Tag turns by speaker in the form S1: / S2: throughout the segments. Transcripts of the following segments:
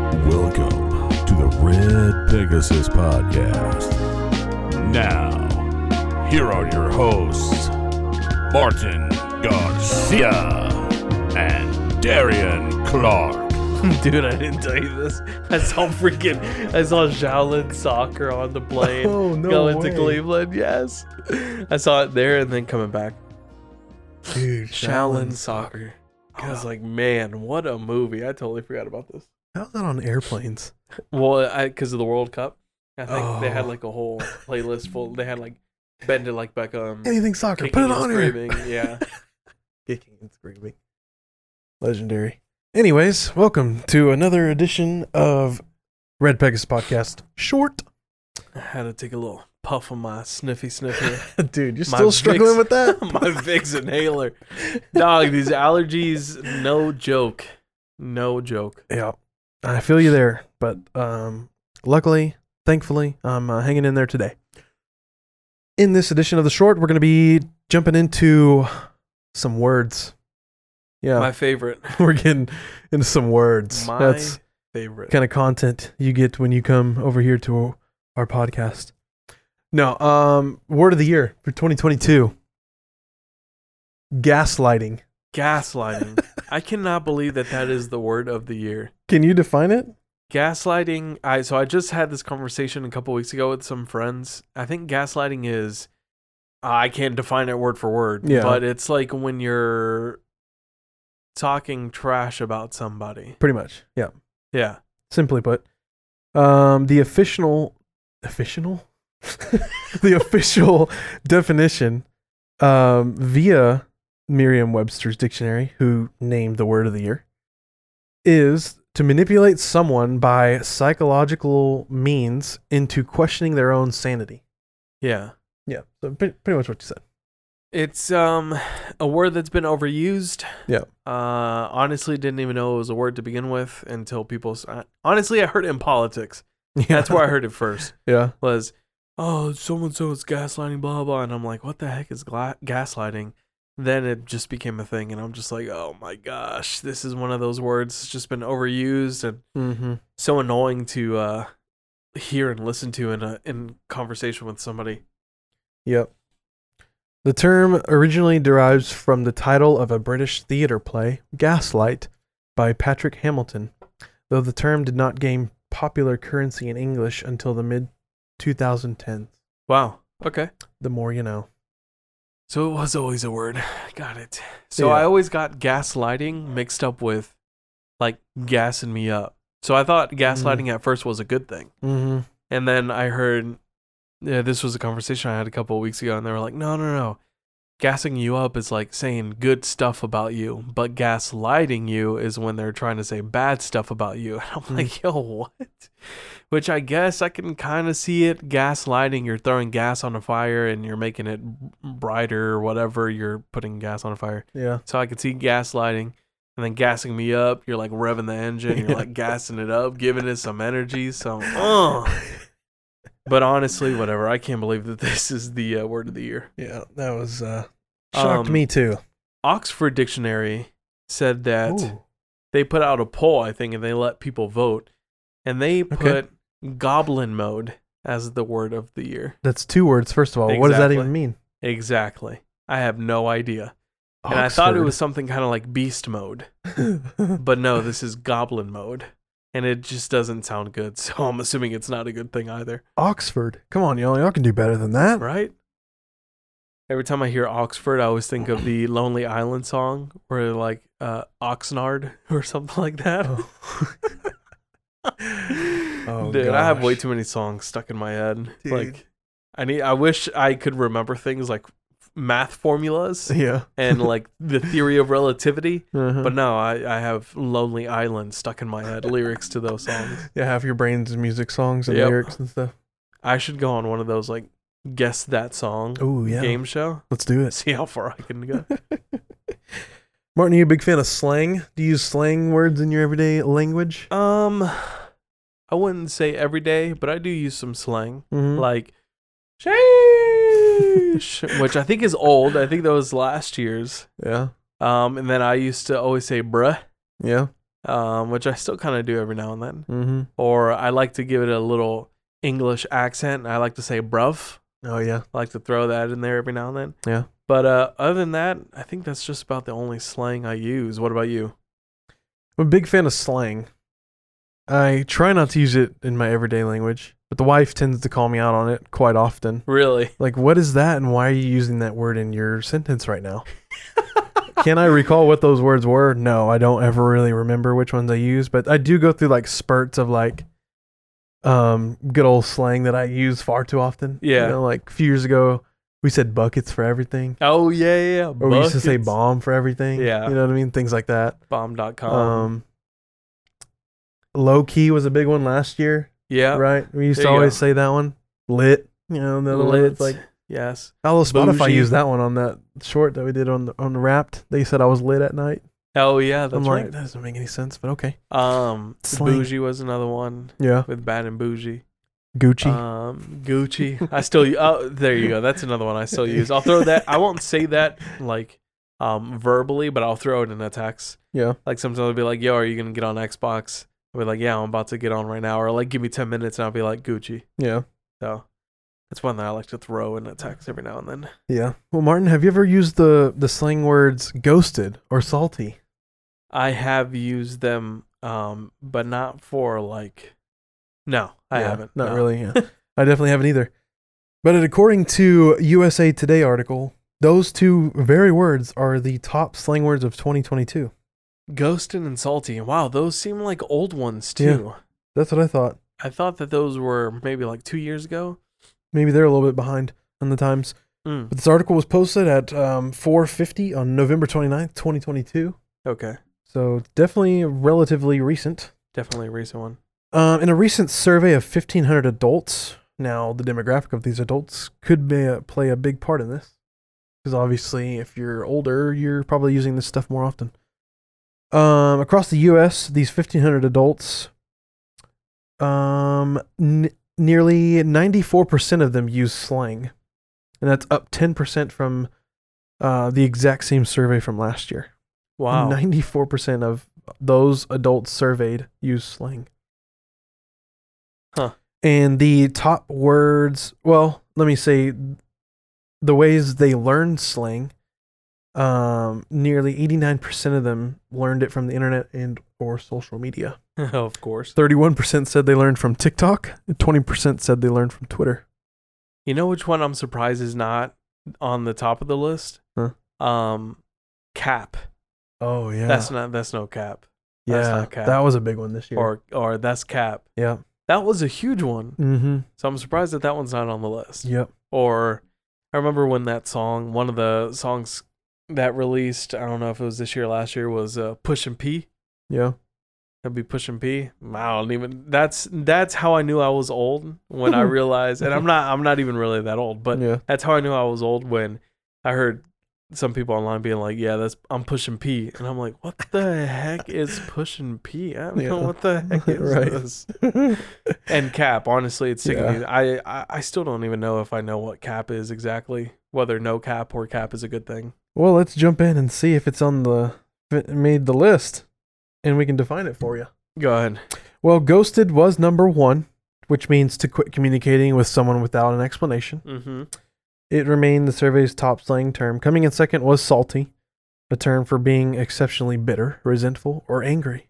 S1: Welcome to the Red Pegasus Podcast. Now, here are your hosts, Martin Garcia and Darian Clark.
S2: Dude, I didn't tell you this. I saw freaking, I saw Shaolin soccer on the plane
S1: Oh, no
S2: going
S1: way.
S2: to Cleveland. Yes, I saw it there and then coming back.
S1: Dude,
S2: Shaolin soccer. I was like, man, what a movie! I totally forgot about this.
S1: How's that on airplanes?
S2: Well, because of the World Cup, I think they had
S1: Oh.
S2: like a whole playlist full. They had like bend it like Beckham,
S1: Anything soccer.
S2: Hmm. kicking
S1: Put it
S2: and
S1: on here.
S2: screaming. Yeah,
S1: Kicking and screaming. Legendary. Anyways, welcome to another edition of Red Pegasus Podcast. Short.
S2: I had to take a little puff of my sniffy sniffy.
S1: Dude, you're
S2: My
S1: still struggling
S2: Vicks-
S1: with that?
S2: my Vicks inhaler. Dog, these allergies, no joke. No joke.
S1: Yeah, I feel you there, but um, luckily, thankfully, I'm uh, hanging in there today. In this edition of the short, we're going to be jumping into some words. Yeah,
S2: My favorite.
S1: we're getting into some words.
S2: My
S1: That's
S2: favorite.
S1: kind of content you get when you come over here to our podcast. No, um, word of the year for 2022: gaslighting.
S2: Gaslighting. I cannot believe that that is the word of the year.
S1: Can you define it?
S2: Gaslighting. I so I just had this conversation a couple weeks ago with some friends. I think gaslighting is uh, I can't define it word for word,
S1: Yeah.
S2: but it's like when you're talking trash about somebody.
S1: Pretty much. Yeah.
S2: Yeah.
S1: simply put. Um, the official, official, the official definition um, via Merriam-Webster's dictionary, who named the word of the year, is to manipulate someone by psychological means into questioning their own sanity.
S2: Yeah.
S1: Yeah, so pre- pretty much what you said.
S2: It's um a word that's been overused.
S1: Yeah.
S2: Uh, honestly, didn't even know it was a word to begin with until people. s- uh, honestly, I heard it in politics.
S1: Yeah,
S2: That's where I heard it first.
S1: Yeah,
S2: Was oh, so and so is gaslighting, blah blah, and I'm like, what the heck is gla- gaslighting? Then it just became a thing, and I'm just like, oh my gosh, this is one of those words that's just been overused and
S1: mm-hmm.
S2: so annoying to uh, hear and listen to in a in conversation with somebody.
S1: Yep. The term originally derives from the title of a British theater play, Gaslight, by Patrick Hamilton, though the term did not gain popular currency in English until the mid 2010s.
S2: Wow. Okay.
S1: The more you know.
S2: So it was always a word. Got it. So
S1: Yeah.
S2: I always got gaslighting mixed up with like gassing me up. So I thought gaslighting at first was a good thing.
S1: Mm-hmm.
S2: And then I heard yeah, this was a conversation I had a couple of weeks ago and they were like, "No, no, no. Gassing you up is like saying good stuff about you, but gaslighting you is when they're trying to say bad stuff about you." And I'm
S1: Mm.
S2: like, "Yo, what?" Which I guess I can kind of see it. Gaslighting, you're throwing gas on a fire and you're making it brighter or whatever. You're putting gas on a fire.
S1: Yeah.
S2: So I could see gaslighting and then gassing me up. You're like revving the engine. You're
S1: Yeah.
S2: like gassing it up, giving it some energy. So, uh. but honestly, whatever. I can't believe that this is the uh, word of the year.
S1: yeah, that was uh, shocked
S2: Um,
S1: me too.
S2: Oxford Dictionary said that
S1: Ooh.
S2: they put out a poll, I think, and they let people vote. And they put goblin mode as the word of the year.
S1: That's two words, first of all. What does that
S2: Exactly.
S1: even mean?
S2: Exactly. I have no idea. And I thought it was
S1: Oxford.
S2: something kind of like beast mode. But no, this is goblin mode. And it just doesn't sound good. So I'm assuming it's not a good thing either.
S1: Oxford. Come on, y'all. Y'all can do better than that.
S2: Right? Every time I hear Oxford, I always think of the Lonely Island song where like uh Oxnard or something like that.
S1: Oh. Oh,
S2: Dude, I have way
S1: gosh.
S2: too many songs stuck in my head.
S1: Dude.
S2: Like I need I wish I could remember things like math formulas
S1: yeah.
S2: and like the theory of relativity.
S1: Uh-huh.
S2: But no, I, I have Lonely Island stuck in my head, lyrics to those songs.
S1: Yeah, half your brain's in music songs and
S2: Yep.
S1: lyrics and stuff.
S2: I should go on one of those like guess that song
S1: Oh yeah,
S2: game show.
S1: let's do it.
S2: See how far I can go.
S1: Martin, are you a big fan of slang? Do you use slang words in your everyday language?
S2: um, I wouldn't say every day, but I do use some slang
S1: Mm-hmm.
S2: like sheesh, which I think is old. I think that was last year's.
S1: yeah,
S2: Um, and then I used to always say bruh.
S1: yeah.
S2: um, which I still kind of do every now and then.
S1: Mm-hmm.
S2: Or I like to give it a little English accent. I like to say bruv.
S1: Oh yeah.
S2: I like to throw that in there every now and then.
S1: Yeah.
S2: But uh, other than that, I think that's just about the only slang I use. What about you?
S1: I'm a big fan of slang. I try not to use it in my everyday language, but the wife tends to call me out on it quite often.
S2: Really?
S1: Like, what is that, and why are you using that word in your sentence right now? Can I recall what those words were? No, I don't ever really remember which ones I use, but I do go through like spurts of like um good old slang that I use far too often.
S2: Yeah.
S1: You know, like a few years ago we said buckets for everything.
S2: Oh, yeah, yeah. yeah.
S1: Or we used to say
S2: Buckets.
S1: bomb for everything.
S2: Yeah.
S1: You know what I mean? Things like that.
S2: Bomb.com.
S1: Um Low key was a big one last year,
S2: yeah.
S1: right? We used
S2: There
S1: to
S2: you
S1: always
S2: go.
S1: say that one. Lit. You know, the other one
S2: Lit.
S1: it's like
S2: Yes.
S1: I love Spotify
S2: Bougie.
S1: used that one on that short that we did on the on the wrapped. They said I was lit at night.
S2: Oh, yeah.
S1: I'm
S2: That's
S1: like,
S2: right.
S1: that doesn't make any sense, but okay.
S2: Um,
S1: Slang.
S2: Bougie was another one
S1: Yeah.
S2: with Bad and Bougie.
S1: Gucci.
S2: Um, Gucci. I still. Oh, there you go. That's another one I still use. I'll throw that. I won't say that like um verbally, but I'll throw it in a text.
S1: yeah.
S2: Like sometimes I'll be like, "Yo, are you gonna get on Xbox?" I'll be like, "Yeah, I'm about to get on right now," or like, "Give me ten minutes," and I'll be like, "Gucci."
S1: Yeah.
S2: So that's one that I like to throw in a text every now and then.
S1: Yeah. Well, Martin, have you ever used the the slang words ghosted or salty?
S2: I have used them, um, but not for like. No, I
S1: Yeah,
S2: haven't.
S1: Not
S2: no.
S1: really. Yeah. I definitely haven't either. But according to USA Today article, those two very words are the top slang words of 2022.
S2: Ghostin' and salty. Wow, those seem like old ones too.
S1: Yeah. That's what I thought.
S2: I thought that those were maybe like two years ago.
S1: Maybe they're a little bit behind on the times.
S2: Mm.
S1: But this article was posted at um, 4:50 on November 29th, 2022.
S2: Okay,
S1: So it's definitely relatively recent.
S2: definitely a recent one.
S1: Um, in a recent survey of 1,500 adults, now the demographic of these adults could be a, play a big part in this, because obviously, if you're older, you're probably using this stuff more often. Um, across the U.S., these 1,500 adults, um, n- nearly 94% of them use slang, and that's up 10% from uh, the exact same survey from last year.
S2: Wow.
S1: 94% of those adults surveyed use slang.
S2: Huh.
S1: And the top words, well, let me say the ways they learned slang, um, nearly 89% of them learned it from the internet and or social media.
S2: of course.
S1: 31% said they learned from TikTok, and 20% said they learned from Twitter.
S2: You know which one I'm surprised is not on the top of the list?
S1: Huh?
S2: Um, cap.
S1: Oh yeah.
S2: That's not. That's no cap.
S1: yeah.
S2: that's not cap.
S1: That was a big one this year.
S2: Or or that's cap.
S1: yeah.
S2: That was a huge one.
S1: Mhm.
S2: So I'm surprised that that one's not on the list.
S1: Yep.
S2: Or I remember when that song, one of the songs that released, I don't know if it was this year or last year, was uh, Push and P.
S1: Yeah.
S2: I'd be pushing P. I don't even. That's that's how I knew I was old when I realized, and I'm not. I'm not even really that old, but
S1: yeah.
S2: that's how I knew I was old when I heard some people online being like, "Yeah, that's I'm pushing P," and I'm like, "What the heck is pushing P? I don't know
S1: Yeah.
S2: what the heck is
S1: Right.
S2: this." And cap, honestly, it's sticking.
S1: Yeah.
S2: me. I, I I still don't even know if I know what cap is exactly. Whether no cap or cap is a good thing.
S1: Well, let's jump in and see if it's on the if it made the list, and we can define it for you.
S2: Go ahead.
S1: Well, ghosted was number one, which means to quit communicating with someone without an explanation.
S2: Mm-hmm.
S1: It remained the survey's top slang term. Coming in second was salty, a term for being exceptionally bitter, resentful, or angry.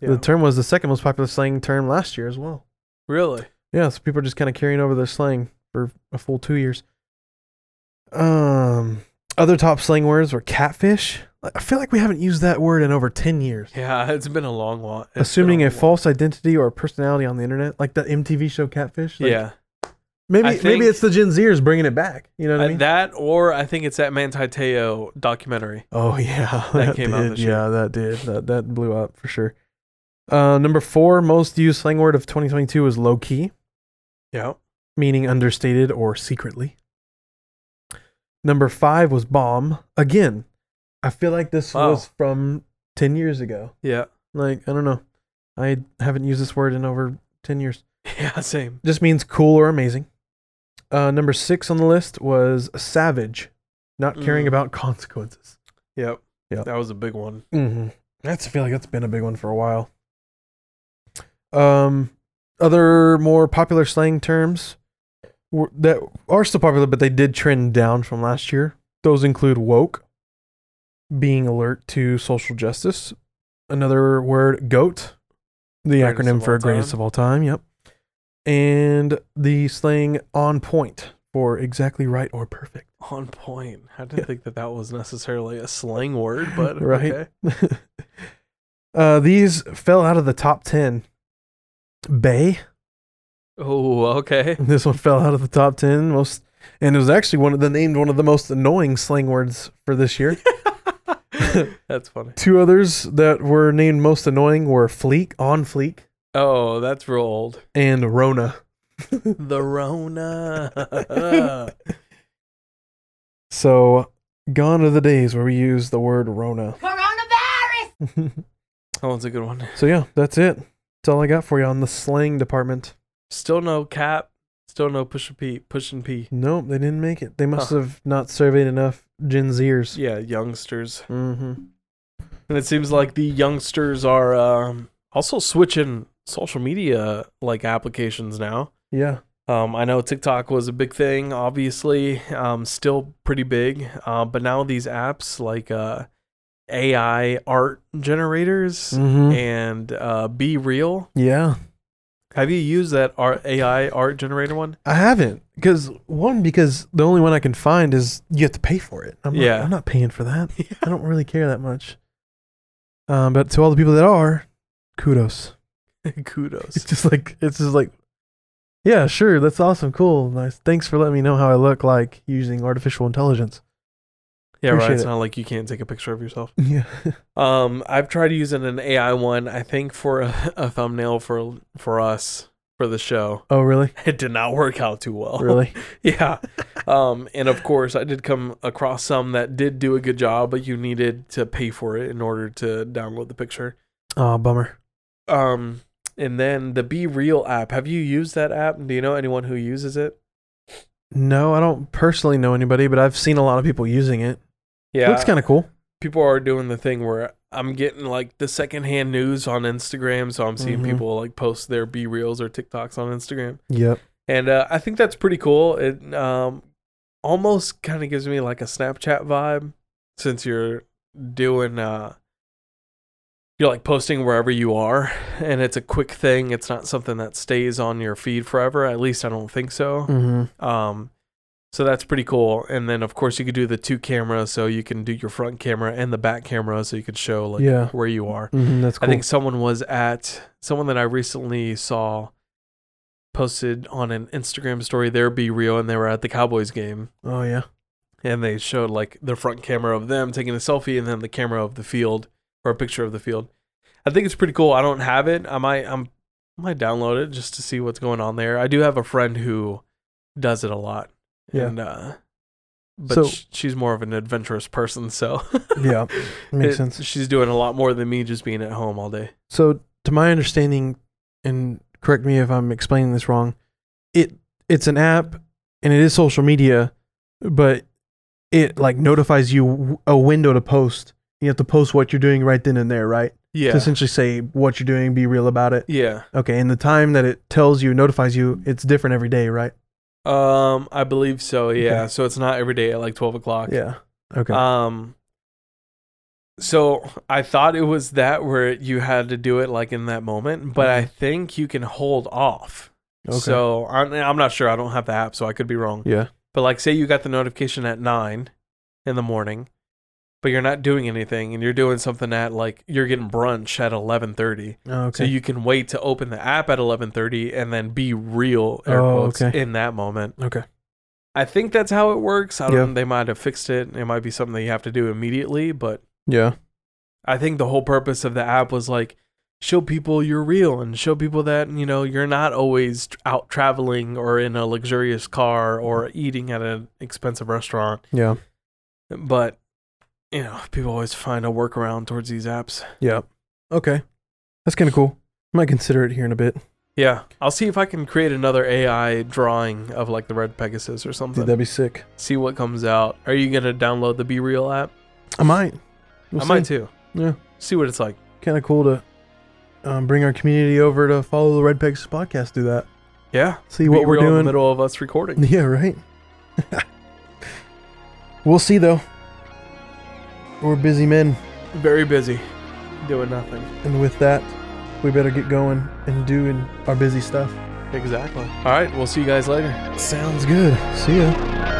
S1: The term was the second most popular slang term last year as well.
S2: Really?
S1: Yeah, so people are just kind of carrying over their slang for a full two years. Um, other top slang words were catfish. I feel like we haven't used that word in over ten years.
S2: Yeah, it's been a long while. It's been
S1: Assuming a
S2: long-
S1: false identity or personality on the internet, like that MTV show Catfish. Like,
S2: Yeah.
S1: maybe
S2: I
S1: maybe
S2: think-
S1: it's the Gen Zers bringing it back. You know what I
S2: Uh,
S1: mean?
S2: That or I think it's that Manti Teo documentary.
S1: oh yeah,
S2: that came out
S1: did,
S2: this year.
S1: Yeah, that did. That that blew up for sure. Uh, number four most used slang word of 2022 was low key.
S2: Yeah.
S1: meaning understated or secretly. Number five was bomb. Again, I feel like this
S2: Wow.
S1: was from 10 years ago.
S2: Yeah.
S1: Like, I don't know. I haven't used this word in over 10 years.
S2: Yeah, same.
S1: Just means cool or amazing. Uh, number six on the list was savage, not caring
S2: Mm.
S1: about consequences.
S2: Yep.
S1: Yeah.
S2: That was a big one.
S1: Mm-hmm. That's I feel like that's been a big one for a while. Um, other more popular slang terms were, that are still popular, but they did trend down from last year. Those include woke, being alert to social justice. Another word, goat, the
S2: Greatest
S1: acronym
S2: of
S1: for
S2: all
S1: greatest
S2: time.
S1: of all time. Yep, and the slang on point for exactly right or perfect.
S2: On point. I didn't
S1: Yeah.
S2: think that that was necessarily a slang word, but
S1: Right.
S2: okay.
S1: uh, these fell out of the top ten. Bay.
S2: Oh, okay.
S1: This one fell out of the top ten most, and it was actually one of the named one of the most annoying slang words for this year.
S2: that's funny.
S1: Two others that were named most annoying were fleek, on fleek,
S2: Oh, that's real old.
S1: and Rona.
S2: The Rona.
S1: So gone are the days where we use the word Rona.
S3: Coronavirus!
S2: that one's a good one.
S1: so yeah, that's it. That's all I got for you on the slang department.
S2: Still no cap. Still no push and pee. Push and pee.
S1: Nope, they didn't make it. They must
S2: Huh.
S1: have not surveyed enough Gen Zers.
S2: Yeah, youngsters.
S1: Mm-hmm.
S2: And it seems like the youngsters are um, also switching social media like applications now.
S1: Yeah.
S2: Um, I know TikTok was a big thing, obviously, um, still pretty big. Uh, but now these apps like uh, AI art generators
S1: Mm-hmm.
S2: and uh, Be Real.
S1: Yeah.
S2: Have you used that art, AI art generator one?
S1: I haven't because one because the only one I can find is you have to pay for it. I'm
S2: Yeah.
S1: not, I'm not paying for that.
S2: Yeah.
S1: I don't really care that much. Um, but to all the people that are, kudos. It's
S2: Kudos.
S1: just like it's just like, yeah, sure, that's awesome, cool, nice. Thanks for letting me know how I look like using artificial intelligence.
S2: Yeah, right.
S1: appreciate
S2: It's
S1: it.
S2: not like you can't take a picture of yourself.
S1: Yeah,
S2: Um, I've tried using an AI one. I think for a, a thumbnail for for us for the show.
S1: Oh, really?
S2: It did not work out too well.
S1: Really?
S2: yeah. Um, and of course, I did come across some that did do a good job, but you needed to pay for it in order to download the picture.
S1: Oh, bummer.
S2: Um, and then the Be Real app. Have you used that app? Do you know anyone who uses it?
S1: No, I don't personally know anybody, but I've seen a lot of people using it.
S2: Yeah.
S1: Looks kind of cool.
S2: people are doing the thing where I'm getting like the secondhand news on Instagram, so I'm seeing
S1: Mhm.
S2: people like post their B reels or TikToks on Instagram,
S1: Yep.
S2: and uh, I think that's pretty cool. It um, almost kind of gives me like a Snapchat vibe, since you're doing uh, you're like posting wherever you are, and it's a quick thing. It's not something that stays on your feed forever. At least I don't think so.
S1: Mm-hmm.
S2: Um, so that's pretty cool. And then of course you could do the two cameras, so you can do your front camera and the back camera, so you can show like
S1: Yeah.
S2: where you are.
S1: Mm-hmm, that's cool.
S2: I think someone was at someone that I recently saw posted on an Instagram story their be real, and they were at the Cowboys game,
S1: oh yeah.
S2: and they showed like the front camera of them taking a selfie, and then the camera of the field or a picture of the field. I think it's pretty cool. I don't have it. I might I'm I might download it just to see what's going on there. I do have a friend who does it a lot.
S1: Yeah.
S2: And uh but
S1: So-
S2: sh- she's more of an adventurous person, so
S1: Yeah, makes
S2: it-
S1: sense.
S2: She's doing a lot more than me just being at home all day.
S1: So, to my understanding, and correct me if I'm explaining this wrong, it it's an app and it is social media, but it like notifies you w- a window to post. You have to post what you're doing right then and there, right? To
S2: Yeah.
S1: essentially say what you're doing, be real about it.
S2: Yeah.
S1: Okay, and the time that it tells you, notifies you, it's different every day, right?
S2: Um I believe so, yeah.
S1: Okay.
S2: So it's not every day at like twelve o'clock.
S1: Yeah. Okay.
S2: Um so I thought it was that where you had to do it like in that moment, but I think you can hold off.
S1: Mm-hmm. okay.
S2: So I'm, I'm not sure. I don't have the app, so I could be wrong.
S1: yeah.
S2: But like, say you got the notification at nine in the morning, but you're not doing anything, and you're doing something at like you're getting brunch at eleven thirty.
S1: Okay.
S2: So you can wait to open the app at eleven thirty and then be real air
S1: Oh,
S2: quotes
S1: okay.
S2: in that moment.
S1: okay.
S2: I think that's how it works. I don't.
S1: Yeah.
S2: know. They might have fixed it. It might be something that you have to do immediately, but
S1: Yeah.
S2: I think the whole purpose of the app was like show people you're real and show people that you know you're not always tr- out traveling or in a luxurious car or eating at an expensive restaurant.
S1: Yeah.
S2: But you know, people always find a workaround towards these apps.
S1: Yeah. Okay. That's kind of cool. Might consider it here in a bit.
S2: Yeah, I'll see if I can create another AI drawing of like the red Pegasus or
S1: Dude,
S2: something.
S1: that'd be sick.
S2: see what comes out. Are you gonna download the Be Real app?
S1: I might. We'll
S2: I might
S1: see.
S2: too.
S1: Yeah.
S2: see what it's like.
S1: Kind of cool to um, bring our community over to follow the Red Pegs podcast. Do that.
S2: Yeah.
S1: See what
S2: Be
S1: we're
S2: real in the
S1: doing.
S2: middle of us recording.
S1: Yeah, right. we'll see though. We're busy men,
S2: Very busy, doing nothing.
S1: and with that, we better get going and doing our busy stuff.
S2: Exactly. All right. We'll see you guys later.
S1: Sounds good. See ya.